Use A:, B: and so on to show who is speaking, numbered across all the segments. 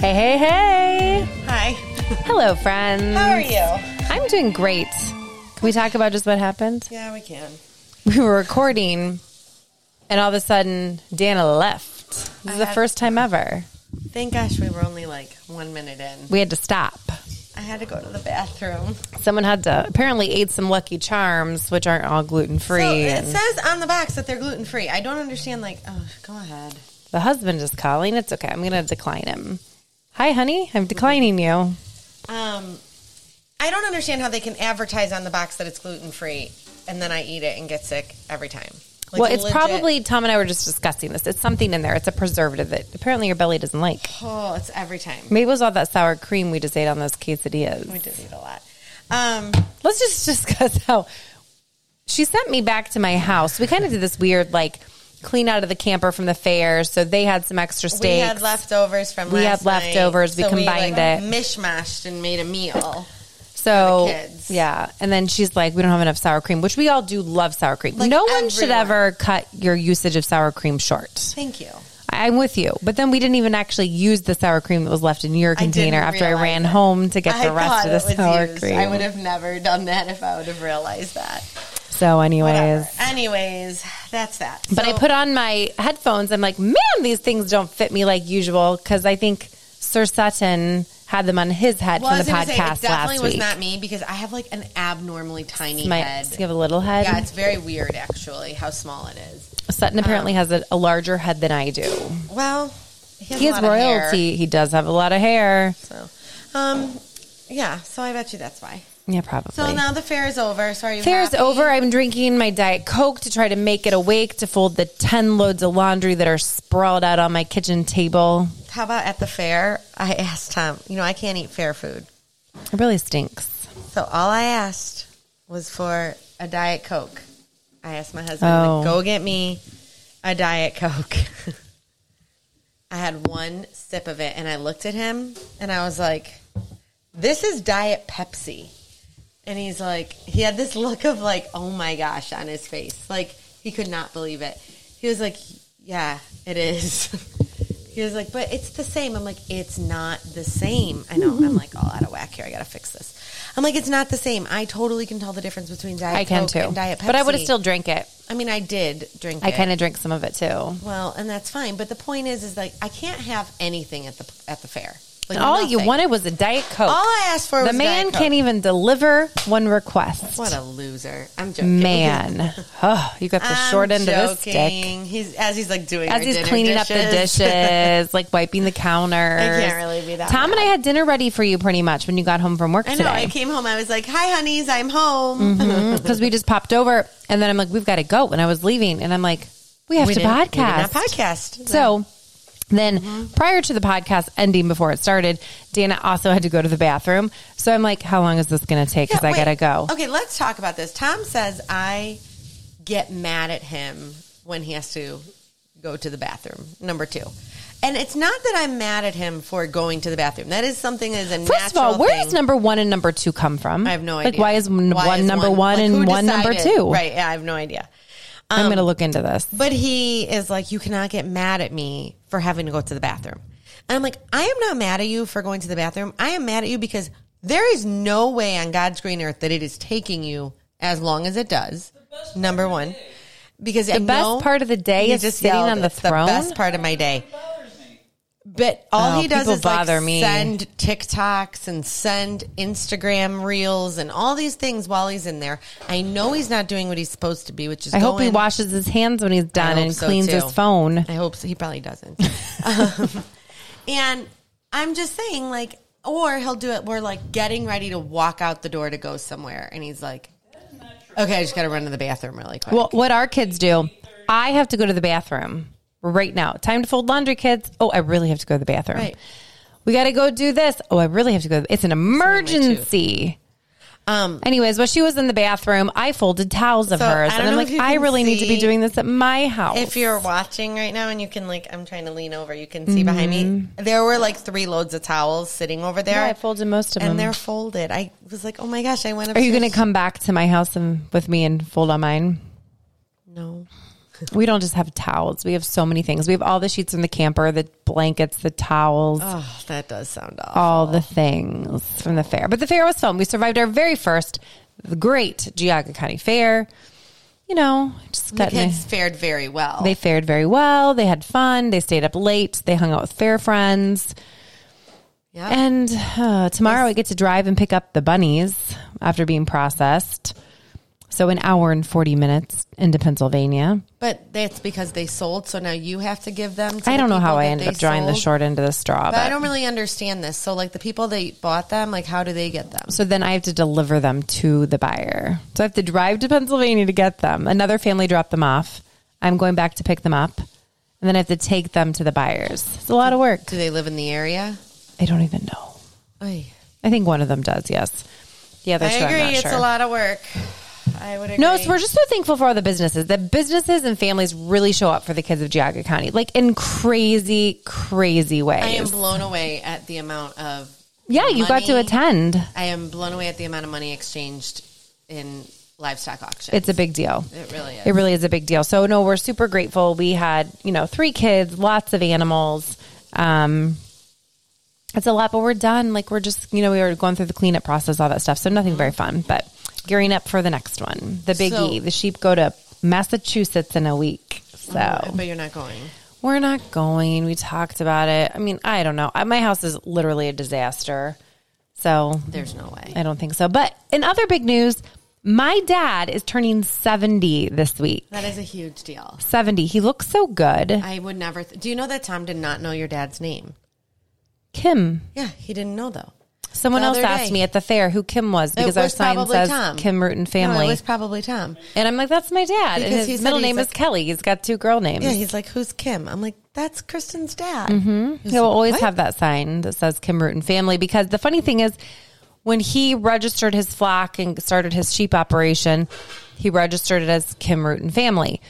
A: Hey, hey, hey.
B: Hi.
A: Hello, friends.
B: How are you?
A: I'm doing great. Can we talk about just what happened?
B: Yeah, we can.
A: We were recording, and all of a sudden, Dana left. This
B: I
A: is the
B: had-
A: first time ever.
B: Thank gosh we were only like one minute in.
A: We had to stop.
B: I had to go to the bathroom.
A: Someone had to apparently ate some Lucky Charms, which aren't all gluten free.
B: So it says on the box that they're gluten free. I don't understand. Like, oh, go ahead.
A: the husband is calling. It's okay. I'm going to decline him. Hi, honey. I'm declining you.
B: Um, I don't understand how they can advertise on the box that it's gluten free and then I eat it and get sick every time. Like,
A: well, it's
B: legit-
A: probably Tom and I were just discussing this. It's something in there. It's a preservative that apparently your belly doesn't like.
B: oh, it's every time.
A: Maybe it was all that sour cream we just ate on those quesadillas.
B: We did eat a lot. Um,
A: Let's just discuss how she sent me back to my house. We kind of did this weird, like, clean out of the camper from the fair. So they had some extra steaks.
B: we had leftovers from.
A: We
B: last
A: had leftovers.
B: night,
A: We
B: so
A: combined
B: like,
A: it.
B: mishmashed and made a meal.
A: so,
B: the kids.
A: yeah. And then she's like, we don't have enough sour cream, which we all do love sour cream.
B: Like
A: no one should
B: everyone.
A: ever cut your usage of sour cream short.
B: Thank you.
A: I'm with you. But then we didn't even actually use the sour cream that was left in your container
B: didn't
A: after I
B: realize
A: ran
B: it.
A: home to get the rest
B: thought
A: of the
B: it was
A: sour
B: used.
A: cream.
B: I would have never done that if I would have realized that.
A: so, anyways.
B: Whatever. Anyways, that's that.
A: But I
B: So-
A: put on my headphones. I'm like, man, these things don't fit me like usual because I think Sir Sutton had them on his head
B: well, I
A: from
B: was
A: the
B: gonna say,
A: podcast
B: it definitely
A: last
B: was
A: week.
B: not me because I have like an abnormally tiny
A: my,
B: head.
A: You have a little head.
B: Yeah, it's very weird actually how small it is.
A: Sutton apparently
B: Uh-huh.
A: has a, a larger head than I do.
B: Well, he has,
A: He
B: a
A: has
B: lot of hair,
A: royalty. He does have a lot of hair.
B: so, um, yeah. So I bet you that's why.
A: Yeah, probably.
B: So now the fair is over. So are you
A: Fair's
B: happy?
A: over. I'm drinking my Diet Coke to try to make it awake to fold the 10 loads of laundry that are sprawled out on my kitchen table.
B: How about at the fair? I asked Tom. You know, I can't eat fair food.
A: It really stinks.
B: So all I asked was for a diet coke. I asked my husband
A: Oh.
B: to go get me a diet coke. I had one sip of it and I looked at him and I was like, "This is diet Pepsi." And he's like, he had this look of like, "Oh my gosh" on his face. Like he could not believe it. He was like, "Yeah, it is." He was like, but it's the same. I'm like, it's not the same. I know. I'm like all out of whack here. I gotta fix this. I'm like, it's not the same. I totally can tell the difference between diet
A: I can
B: Coke
A: too.
B: and diet Pepsi.
A: But I would have still drank it.
B: I mean, I did drink.
A: I
B: it.
A: kind of drank some of it too.
B: Well, and that's fine. But the point is, is like, I can't have anything at the at the fair. Like,
A: All you
B: nothing.
A: wanted was a Diet Coke.
B: All I asked for
A: the
B: was
A: man
B: Diet Coke.
A: can't even deliver one request.
B: What a loser! I'm joking.
A: man. oh, you got the
B: I'm
A: short end
B: joking.
A: of this stick.
B: He's as he's like doing
A: As
B: our
A: he's
B: dinner
A: cleaning up the
B: dishes.
A: dishes, like wiping the counter. I
B: can't really be that
A: Tom and I had dinner ready for you pretty much when you got home from work
B: I know. I
A: today.
B: came home. I was like, "Hi, honeys, I'm home."
A: Mm-hmm. Because we just popped over and then I'm like, we've got to go. And I was leaving and I'm like, we have
B: We
A: to
B: didn't- we
A: podcast.
B: did not podcast. Mm-hmm.
A: So then prior to the podcast ending before it started, Dana also had to go to the bathroom. So I'm like, how long is this going to take? Because
B: Yeah,
A: I got to
B: wait.
A: go.
B: Okay, let's talk about this. Tom says I get mad at him when he has to go to the bathroom. Number two. And it's not that I'm mad at him for going to the bathroom. That is something that is a
A: First of
B: natural
A: all, where
B: thing.
A: does number one and number two come from?
B: I have no
A: Like,
B: idea.
A: why is n-
B: Why
A: one
B: is
A: number one,
B: like,
A: and
B: who
A: one number
B: decided?
A: two?
B: Right. um, Yeah, I have no idea.
A: I'm going to look into this.
B: But he is like, you cannot get mad at me for having to go to the bathroom. And I'm like, I am not mad at you for going to the bathroom. I am mad at you because there is no way on God's green earth that it is taking you as long as it does. Number one, because the
A: best part of the day is sitting on the throne?
B: The best part of my day. But all
A: Oh,
B: he does
A: people
B: is like
A: bother me.
B: send TikToks and send Instagram reels and all these things while he's in there. I know he's not doing what he's supposed to be, which is
A: I hope
B: go
A: he
B: in,
A: washes his hands when he's
B: I
A: done
B: hope
A: and
B: so,
A: cleans
B: too.
A: his phone.
B: I hope so. He probably doesn't. Um, and I'm just saying, like, or he'll do it. We're like getting ready to walk out the door to go somewhere, and he's like, "Okay, I just got to run to the bathroom really quick."
A: Well, what our kids do, I have to go to the bathroom right now. Time to fold laundry, kids. Oh, I really have to go to the bathroom.
B: Right.
A: We got to go do this. Oh, I really have to go. It's an emergency.
B: um,
A: Anyways, while she was in the bathroom, I folded towels of
B: So,
A: hers.
B: I don't
A: And I'm
B: know
A: like,
B: if you
A: I
B: can
A: really need to be
B: see-
A: doing this at my house.
B: if you're watching right now, and you can like, I'm trying to lean over. You can see behind me. There were like three loads of towels sitting over there,
A: Mm-hmm. yeah, I folded most of
B: and
A: them.
B: they're folded. I was like, "Oh my gosh!" I went.
A: Are
B: Upstairs.
A: you going to come back to my house and with me and fold on mine?
B: No.
A: We don't just have towels. We have so many things. We have all the sheets in the camper, the blankets, the towels,
B: Oh, that does sound off.
A: all the things from the fair. But the fair was fun. We survived our very first great Geauga County Fair. You know, just
B: The
A: got in a-
B: kids fared very well.
A: They fared very well. They had fun. They stayed up late. They hung out with fair friends.
B: yeah.
A: And uh, tomorrow I get to drive and pick up the bunnies after being processed. So an hour and 40 minutes into Pennsylvania.
B: but that's because they sold, so now you have to give them. To
A: I
B: the
A: don't know
B: people
A: how I
B: that
A: ended
B: they
A: up drawing the
B: sold.
A: short end of the straw. But
B: But I don't really understand this. So, like the people that bought them, like how do they get them?
A: so then I have to deliver them to the buyer. So I have to drive to Pennsylvania to get them. Another family dropped them off. I'm going back to pick them up. And then I have to take them to the buyers. It's a lot of work.
B: Do they live in the area?
A: I don't even know.
B: Oy.
A: I think one of them does, yes. The other
B: I
A: two, I'm
B: agree.
A: not
B: It's
A: sure.
B: a lot of work. I would agree.
A: No, so we're just so thankful for all the businesses. The businesses and families really show up for the kids of Geauga County, like in crazy, crazy ways.
B: I am blown away at the amount of.
A: yeah, you got to
B: money-
A: attend.
B: I am blown away at the amount of money exchanged in livestock auction.
A: It's a big deal.
B: it really is.
A: It really is a big deal. So no, we're super grateful. We had you know three kids, lots of animals. Um, it's a lot, but we're done. Like we're just you know we were going through the cleanup process, all that stuff. So nothing very fun, but gearing up for the next one, the biggie.
B: So-
A: the sheep go to Massachusetts in a week. So.
B: But you're not going.
A: We're not going. We talked about it. I mean, I don't know. I- My house is literally a disaster. So
B: There's no way.
A: I don't think so. But in other big news, my dad is turning 70 this week.
B: That is a huge deal.
A: 70. He looks so good.
B: I would never. Th- Do you know that Tom did not know your dad's name?
A: Kim.
B: Yeah, he didn't know though.
A: Someone
B: The
A: else
B: other
A: asked
B: day.
A: me at the fair who Kim was because
B: it
A: our
B: was
A: sign
B: probably
A: says
B: Tom.
A: Kim Rootin
B: No,
A: Family.
B: it was probably Tom.
A: and I'm like, that's my dad. And
B: Because he
A: his
B: said
A: middle
B: he's
A: name
B: like-
A: is Kelly. He's got two girl names.
B: Yeah, he's like, "Who's Kim?" I'm like, "That's Kristen's dad."
A: Mm-hmm. He'll always
B: "What?"
A: have that sign that says Kim Rootin family because the funny thing is, when he registered his flock and started his sheep operation, he registered it as Kim Rootin family.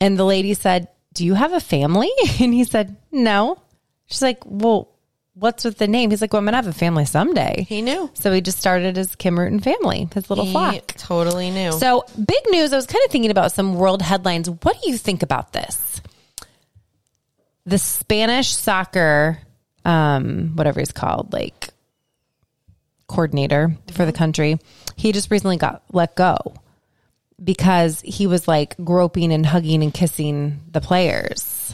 A: And the lady said, Do you have a family? And he said, No. She's like, Well, what's with the name? He's like, Well, I'm going to have a family someday.
B: He knew.
A: So he just started his Kim Rootin family, his little
B: He
A: flock.
B: totally knew.
A: So, big news. I was kind of thinking about some world headlines. What do you think about this? The Spanish soccer, um, whatever he's called, like coordinator for the country, he just recently got let go because he was like groping and hugging and kissing the players.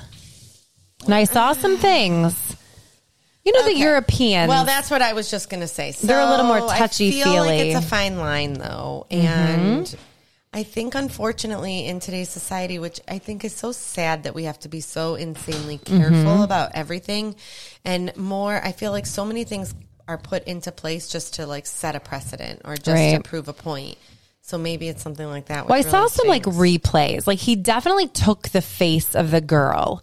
A: And I saw some things. You know, the Europeans.
B: well, that's what I was just going to say. So
A: They're a little more
B: I
A: touchy-feely. Mm-hmm.
B: feel like it's a fine line, though, and I think unfortunately in today's society, which I think is so sad that we have to be so insanely
A: Mm-hmm.
B: careful about everything, and more. I feel like so many things are put into place just to like set a precedent or just to
A: Right.
B: prove a point. So maybe it's something like that.
A: Well, I
B: which
A: saw
B: really
A: some like
B: stinks.
A: replays. Like he definitely took the face of the girl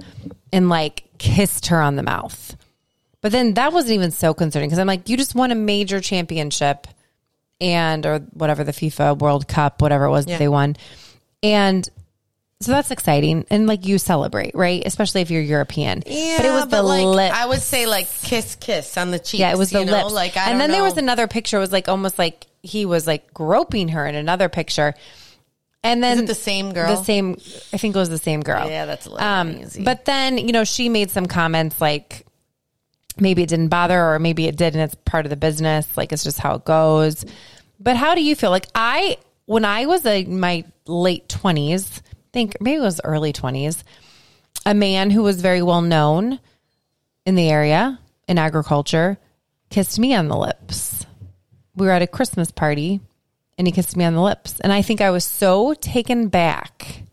A: and like kissed her on the mouth. But then that wasn't even so concerning because I'm like, you just won a major championship and or whatever the FIFA World Cup, whatever it was that
B: Yeah.
A: they won. And so that's exciting. And like you celebrate, right? Especially if you're European.
B: Yeah,
A: but it was the
B: like,
A: lips.
B: I would say like kiss, kiss on the cheeks.
A: Yeah, it was the
B: you know?
A: lips.
B: Like, I
A: and
B: don't
A: then there
B: know.
A: was another picture. It was like almost like he was like groping her in another picture. And then
B: it the same girl?
A: the same. I think it was the same girl.
B: Yeah, that's a little uneasy.
A: Um, But then you know she made some comments like maybe it didn't bother or maybe it did and it's part of the business. Like it's just how it goes. But how do you feel? Like I when I was a, my late twenties, think maybe it was early twenties, a man who was very well known in the area in agriculture kissed me on the lips. We were at a Christmas party and he kissed me on the lips. And I think I was so taken back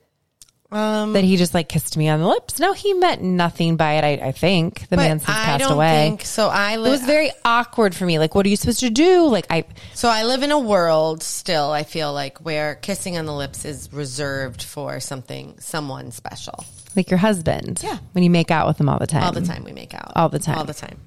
B: Um,
A: that he just like kissed me on the lips. No, he meant nothing by it, I, I think. The man since
B: I
A: passed
B: don't
A: away.
B: Think, so I
A: it was
B: live.
A: very awkward for me. Like, what are you supposed to do? Like, I
B: so I live in a world still. I feel like where kissing on the lips is reserved for something, someone special.
A: like your husband.
B: Yeah.
A: When you make out with him all the time.
B: All the time we make out.
A: All the time.
B: All the time.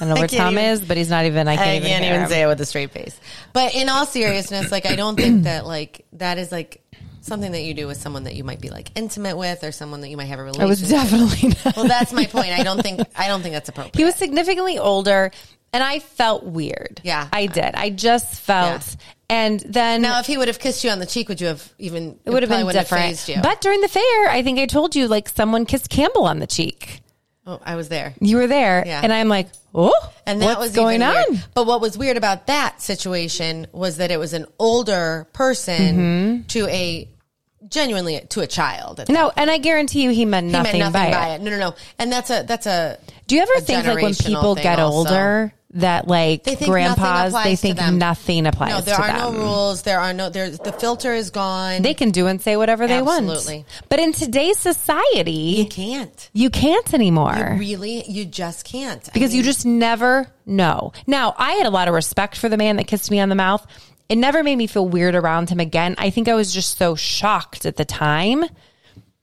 A: I don't know
B: I
A: where
B: can't
A: Tom
B: even-
A: is, but he's not even. I can't
B: I
A: even.
B: can't
A: hear
B: even
A: him.
B: say it with a straight face. But in all seriousness, like I don't think that like that is like something that you do with someone that you might be like intimate with or someone that you might have a
A: I was
B: relationship.
A: definitely. Not.
B: well, that's my point. I don't think I don't think that's appropriate.
A: He was significantly older, and I felt weird.
B: Yeah.
A: I did. I just felt, And then
B: Now, if he would have kissed you on the cheek, would you have even?
A: it would have been different. But during the fair, I think I told you like someone kissed Campbell on the cheek.
B: oh, I was there,
A: You were there,
B: Yeah.
A: and I'm like, oh,
B: and that
A: what's
B: was
A: going
B: even
A: on?
B: weird. But what was weird about that situation was that it was an older person
A: Mm-hmm.
B: to a genuinely to a child. He
A: No, and I guarantee you, he meant nothing,
B: meant nothing
A: by, it.
B: No, no, no. And that's a that's a
A: Do you ever
B: a
A: think like when
B: generational
A: people
B: thing
A: get
B: also.
A: older that like
B: They think nothing
A: grandpas they
B: applies to
A: think
B: them.
A: nothing applies
B: no. There
A: to
B: are
A: them.
B: no rules. There are no. There's the filter is gone.
A: They can do and say whatever they
B: Absolutely.
A: want. But in today's society,
B: can't.
A: you can't anymore.
B: Really, you just can't I
A: because you
B: mean,
A: just never know. Now, I had a lot of respect for the man that kissed me on the mouth. It never made me feel weird around him again. I think I was just so shocked at the time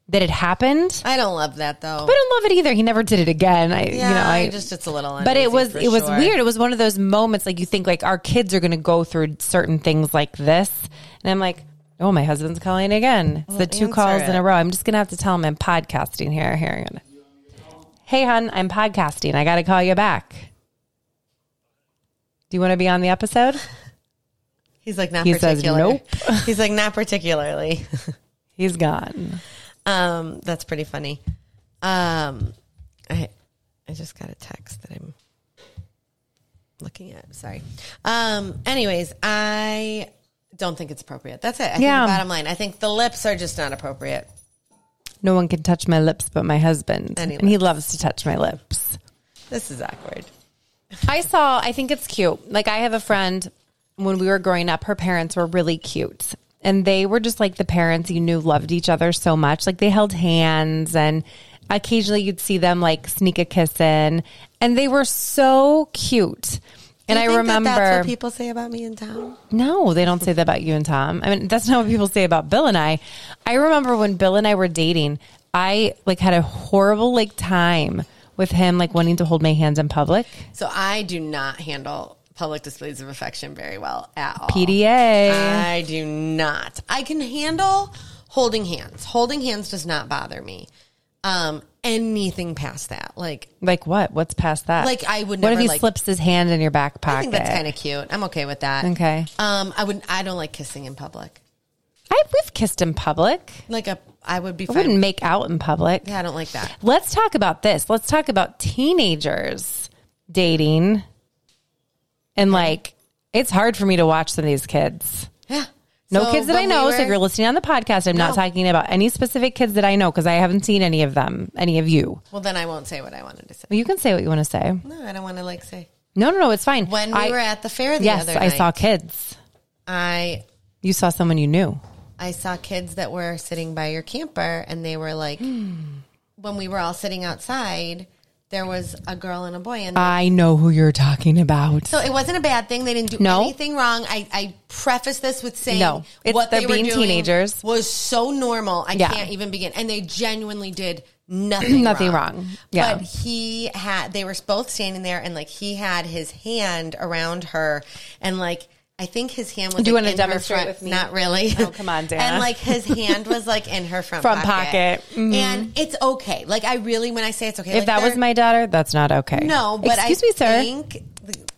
A: that it happened.
B: I don't love that though.
A: But I don't love it either. He never did it again. I,
B: yeah,
A: you know, I,
B: just it's a little.
A: but it
B: uneasy
A: was
B: for
A: it was
B: sure.
A: weird. It was one of those moments like you think like our kids are going to go through certain things like this, and I'm like, oh, my husband's calling again. It's the two
B: answer
A: calls in
B: it.
A: a row. I'm just going to have to tell him I'm podcasting here. Here, I'm gonna- hey, hon, I'm podcasting. I got to call you back. Do you want to be on the episode?
B: He's like not
A: He says
B: particularly. He's like not particularly.
A: He's gone.
B: Um, that's pretty funny. Um, I I just got a text that I'm looking at. Sorry. Um. Anyways, I don't think it's appropriate. That's it.
A: Yeah.
B: I Think the bottom line, I think the lips are just not appropriate.
A: No one can touch my lips but my husband,
B: And he
A: and he loves to touch my lips.
B: This is awkward.
A: I saw, I think it's cute. Like, I have a friend when we were growing up, her parents were really cute. And they were just like the parents you knew loved each other so much. Like, they held hands, and occasionally you'd see them like sneak a kiss in. And they were so cute. And
B: Do you
A: I
B: think that
A: remember.
B: that's what people say about me in town.
A: No, they don't say that about you and Tom. I mean, that's not what people say about Bill and I. I remember when Bill and I were dating, I like had a horrible like time with him like wanting to hold my hands in public.
B: So I do not handle public displays of affection very well at all.
A: PDA.
B: I do not. I can handle holding hands. Holding hands does not bother me. Um, anything past that, like
A: Like what? What's past that?
B: Like, I would
A: What if
B: never,
A: he
B: like-
A: slips his hand in your back pocket?
B: I think that's kind of cute. I'm okay with that.
A: Okay.
B: Um, I would. I don't like kissing in public.
A: I we've kissed in public.
B: Like a, I would be
A: I
B: fine.
A: wouldn't make out in public.
B: yeah, I don't like that.
A: Let's talk about this. Let's talk about teenagers dating, and like it's hard for me to watch some of these kids.
B: Yeah.
A: No
B: So
A: kids that I
B: when we
A: know.
B: were-
A: so if you're listening on the podcast, I'm not
B: No.
A: talking about any specific kids that I know because I haven't seen any of them, any of you.
B: well, then I won't say what I wanted to say.
A: You can say what you want to say.
B: No, I don't want to like say.
A: No, no, no, it's fine.
B: When we
A: I,
B: were at the fair the
A: yes,
B: other
A: I
B: night,
A: saw kids.
B: I
A: You saw someone you knew.
B: I saw kids that were sitting by your camper and they were like when we were all sitting outside, there was a girl and a boy and
A: I know who you're talking about.
B: so it wasn't a bad thing. They didn't do
A: No.
B: anything wrong. I, I preface this with saying
A: No. It's-
B: what
A: they're
B: they were
A: being
B: doing
A: teenagers.
B: was so normal. I
A: Yeah.
B: can't even begin. And they genuinely did nothing
A: Nothing
B: wrong.
A: wrong. Yeah.
B: But he had they were both standing there and like he had his hand around her and like I think his hand was
A: Do you
B: like,
A: wanna
B: in her
A: demonstrate
B: front-
A: with me?
B: Not really.
A: Oh, come on, Dana.
B: And like his hand was like in her front
A: Front
B: pocket.
A: pocket. Mhm.
B: And it's okay. Like I really when I say it's okay.
A: if
B: like,
A: that
B: they're-
A: was my daughter, that's not okay.
B: no, but
A: excuse
B: I
A: me, sir.
B: think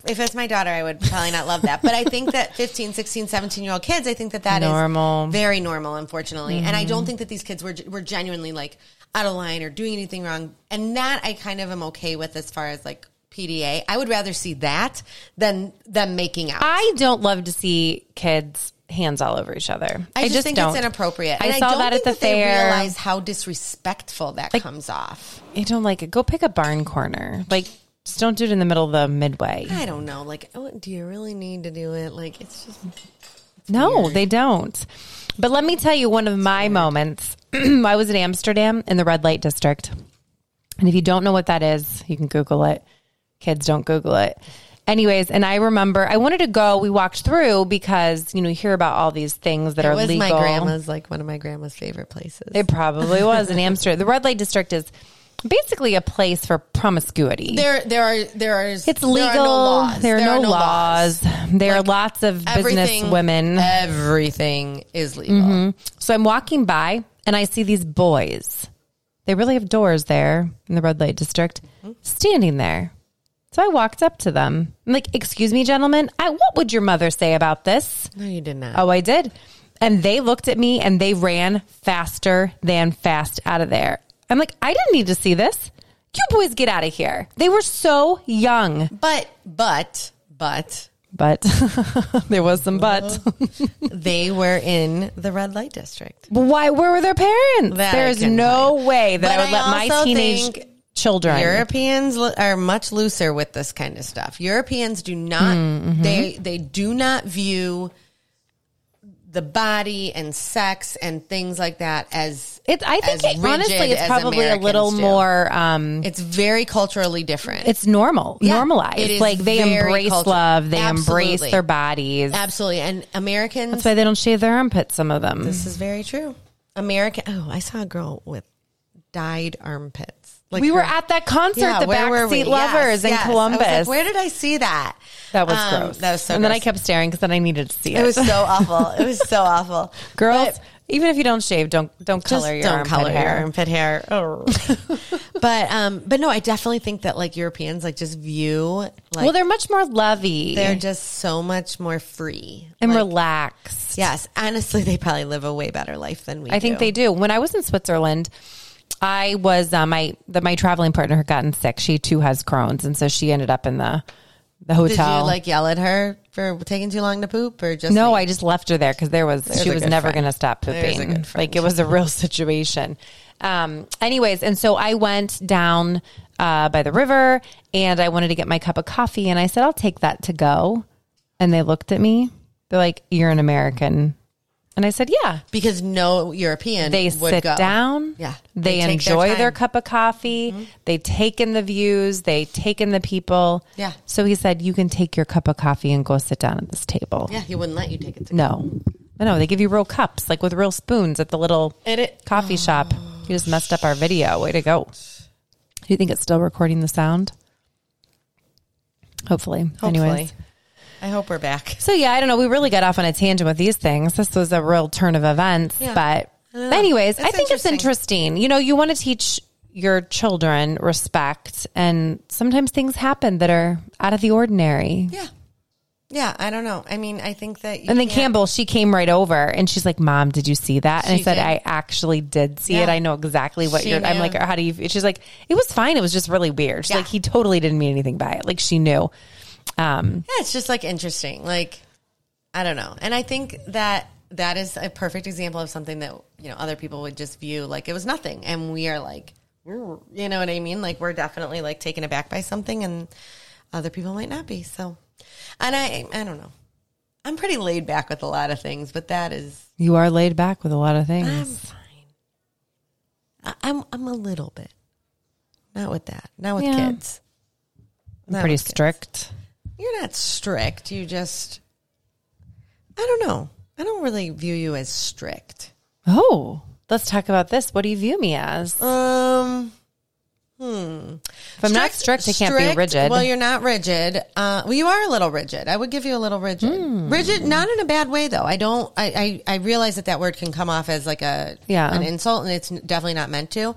B: if it's my daughter, I would probably not love that. But I think that 15, 16, 17 year old kids, I think that that is
A: Normal. Mm-hmm.
B: very normal, unfortunately. And I don't think that these kids were, were genuinely like out of line or doing anything wrong. And that I kind of am okay with as far as like PDA. I would rather see that than them making out.
A: I don't love to see kids hands all over each other. I,
B: just, think
A: don't.
B: it's inappropriate.
A: I
B: and
A: saw
B: I don't
A: that
B: think
A: at the
B: that They
A: fair.
B: realize how disrespectful that comes off.
A: I don't like it. Go pick a barn corner. Like, just don't do it in the middle of the midway.
B: I don't know. Like, oh, do you really need to do it? Like, it's just
A: No, they don't. But let me tell you one of my moments. I was in Amsterdam in the red light district. And if you don't know what that is, you can Google it. Kids don't Google it. Anyways, and I remember I wanted to go. We walked through because, you know, you hear about all these things that are
B: it was
A: legal.
B: my grandma's like one of my grandma's favorite places.
A: It probably was in Amsterdam. The red light district is basically a place for promiscuity.
B: There, there are, there are.
A: it's legal. There are no, laws. There are lots of business women.
B: Everything is legal.
A: So I'm walking by and I see these boys. They really have doors there in the red light district, standing there So I walked up to them. I'm like, excuse me, gentlemen, I, what would your mother say about this?
B: No, you did not.
A: Oh, I did. And they looked at me and they ran faster than fast out of there. I'm like, I didn't need to see this. You boys get out of here. They were so young.
B: But, but, but
A: But there was some buts.
B: they were in the red light district.
A: But Why? Where were their parents?
B: That I
A: there is
B: couldn't
A: no way that
B: But
A: I would
B: I
A: let my
B: also
A: teenage
B: think
A: children.
B: Europeans lo- are much looser with this kind of stuff. Europeans do not they they do not view the body and sex and things like that as
A: It's. I think
B: as
A: it, honestly,
B: rigid
A: it's
B: as
A: probably a
B: Americans
A: little
B: do.
A: more. Um,
B: it's very culturally different.
A: it's normal,
B: Yeah,
A: normalized.
B: it is
A: like they
B: very
A: embrace
B: cultural.
A: love. They
B: Absolutely.
A: embrace their bodies.
B: Absolutely. And Americans
A: That's why they don't shave their armpits. Some of them.
B: This is very true. American Oh, I saw a girl with dyed armpits. Like
A: we were
B: her-
A: at that concert,
B: Yeah,
A: the
B: where were we?
A: backseat lovers
B: Yes,
A: in
B: yes. I was like,
A: Columbus.
B: where did I see that?
A: that was
B: Um,
A: gross.
B: That was so
A: and then I
B: gross.
A: kept staring because then I needed to see it.
B: It was so awful. It was so awful.
A: Girls, even if you don't shave, don't don't
B: Just
A: color your
B: don't
A: armpit
B: color
A: hair.
B: your armpit hair. Oh. but um, but no, I definitely think that like Europeans like just view like
A: well,
B: they're,
A: they're much more lovey
B: just so much more free.
A: and
B: Like,
A: relaxed.
B: yes, honestly, they probably live a way better life than we.
A: I think they do. When I was in Switzerland, I was uh, my the, my traveling partner had gotten sick. She too has Crohn's, and so she ended up in the the
B: Did
A: hotel.
B: you like yell at her for taking too long to poop or just
A: no, I just left her there because there was she
B: a
A: was
B: good
A: never
B: friend.
A: going to stop
B: There's a
A: pooping.
B: good friend.
A: Like it was a real situation. Um, anyways, and so I went down uh, by the river, and I wanted to get my cup of coffee, and I said, "I'll take that to go." And they looked at me. They're like, "You're an American," and I said, "Yeah."
B: because no European
A: they
B: would
A: sit
B: go.
A: down.
B: Yeah.
A: They,
B: They take their
A: enjoy their,
B: time. Mm-hmm.
A: cup of coffee. They take in the views. They take in the people.
B: Yeah.
A: So he said, You can take your cup of coffee and go sit down at this table.
B: Yeah, he wouldn't let you take it. To-
A: No. No, they give you real cups, like with real spoons at the little
B: And it- Oh.
A: coffee shop. You just messed up our video. Way to go. Do you think it's still recording the sound? Hopefully.
B: Hopefully,
A: Anyways.
B: I hope we're back.
A: So yeah, I don't know. We really got off on a tangent with these things. This was a real turn of events,
B: Yeah.
A: but
B: I don't know.
A: anyways,
B: That's
A: I think it's interesting. You know, you want to teach your children respect, and sometimes things happen that are out of the ordinary.
B: Yeah, yeah. I don't know. I mean, I think that you
A: And then
B: can't-
A: Campbell, she came right over and she's like, Mom, did you see that? And I
B: She
A: said,
B: did.
A: I actually did see it.
B: Yeah.
A: I know exactly what
B: She
A: you're. I'm
B: knew.
A: like, How do you? She's like, It was fine. It was just really weird. She's
B: Yeah.
A: like, He totally didn't mean anything by it. Like, she knew. Um,
B: yeah, it's just like interesting. Like, I don't know. And I think that that is a perfect example of something that, you know, other people would just view like it was nothing. And we are like, "Ooh," you know what I mean? Like, we're definitely like taken aback by something and other people might not be. So, and I, I don't know. I'm pretty laid back with a lot of things, but that is,
A: you are laid back with a lot of things.
B: I'm fine. I, I'm, I'm a little bit. Not with that. Not with
A: Yeah.
B: kids.
A: I'm
B: Not
A: pretty
B: with kids.
A: strict.
B: You're not strict. You just, I don't know. I don't really view you as strict.
A: Oh, let's talk about this. What do you view me as?
B: Um,
A: If I'm not strict, I can't be rigid.
B: Well, you're not rigid. Uh, well, you are a little rigid. I would give you a little rigid.
A: Hmm.
B: Rigid, not in a bad way though. I don't. I, I I realize that that word can come off as like a
A: Yeah.
B: an insult, and it's definitely not meant to.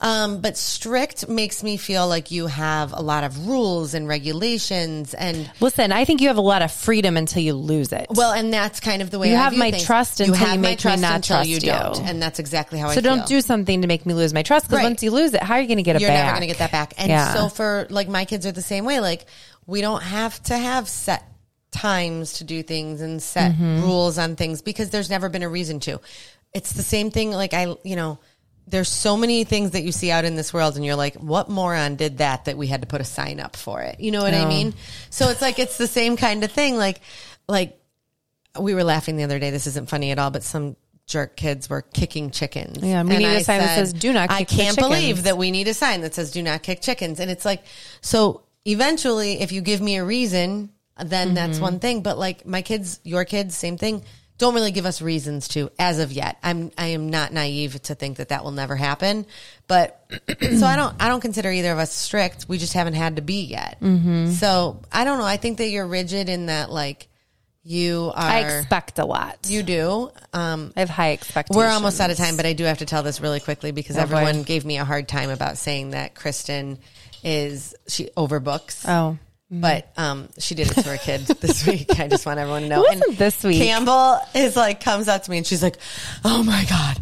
B: Um, but strict makes me feel like you have a lot of rules and regulations and
A: Listen, I think you have a lot of freedom until you lose it.
B: Well, and that's kind of the way
A: You
B: I
A: have
B: view
A: my
B: things.
A: trust until you
B: have my
A: make me not
B: until
A: trust
B: you,
A: you.
B: don't, and that's exactly how I
A: so
B: feel.
A: don't do something to make me lose my trust because
B: Right.
A: once you lose it, how are you going to get it
B: You're
A: back?
B: never going to get that back. And
A: Yeah.
B: so for like my kids are the same way. Like we don't have to have set times to do things and set
A: Mm-hmm.
B: rules on things because there's never been a reason to. It's the same thing. Like I, you know. There's so many things that you see out in this world, and you're like, "What moron did that? That we had to put a sign up for it." You know what I mean? So it's like it's the same kind of thing. Like, like we were laughing the other day. This isn't funny at all, but some jerk kids were kicking chickens.
A: Yeah, and we need
B: a
A: a sign that says, "Do not
B: I
A: kick the
B: can't believe
A: chickens."
B: that we need a sign that says "Do not kick chickens." And it's like, so eventually, if you give me a reason, then that's one thing. But like my kids, your kids, same thing. Don't really give us reasons to as of yet. I'm I am not naive to think that that will never happen, but so I don't I don't consider either of us strict. We just haven't had to be yet. So I don't know. I think that you're rigid in that like You are.
A: I expect a lot.
B: you do. Um,
A: I have high expectations.
B: We're almost out of time, but I do have to tell this really quickly because
A: Oh, boy.
B: everyone gave me a hard time about saying that Kristen is she overbooks.
A: Oh.
B: But um, she did it to her kid this week. I just want everyone to know.
A: It wasn't this week.
B: Campbell is like comes up to me and she's like, "Oh my god,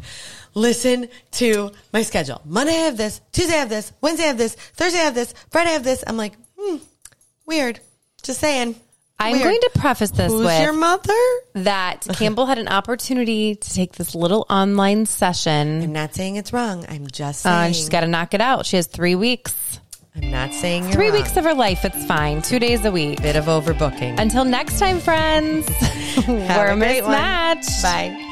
B: listen to my schedule. Monday I have this, Tuesday I have this, Wednesday I have this, Thursday I have this, Friday I have this." I'm like, hmm, weird. Just saying.
A: I'm
B: Weird.
A: going to preface this
B: Who's
A: with
B: your mother?
A: that Campbell had an opportunity to take this little online session.
B: I'm not saying it's wrong. I'm just
A: Uh,
B: saying.
A: and she's got to knock it out. She has three weeks.
B: I'm not saying you're
A: Three
B: wrong.
A: weeks of her life. It's fine. Two days a week.
B: bit of overbooking.
A: Until next time, friends, we're
B: a great one.
A: mismatched.
B: Bye.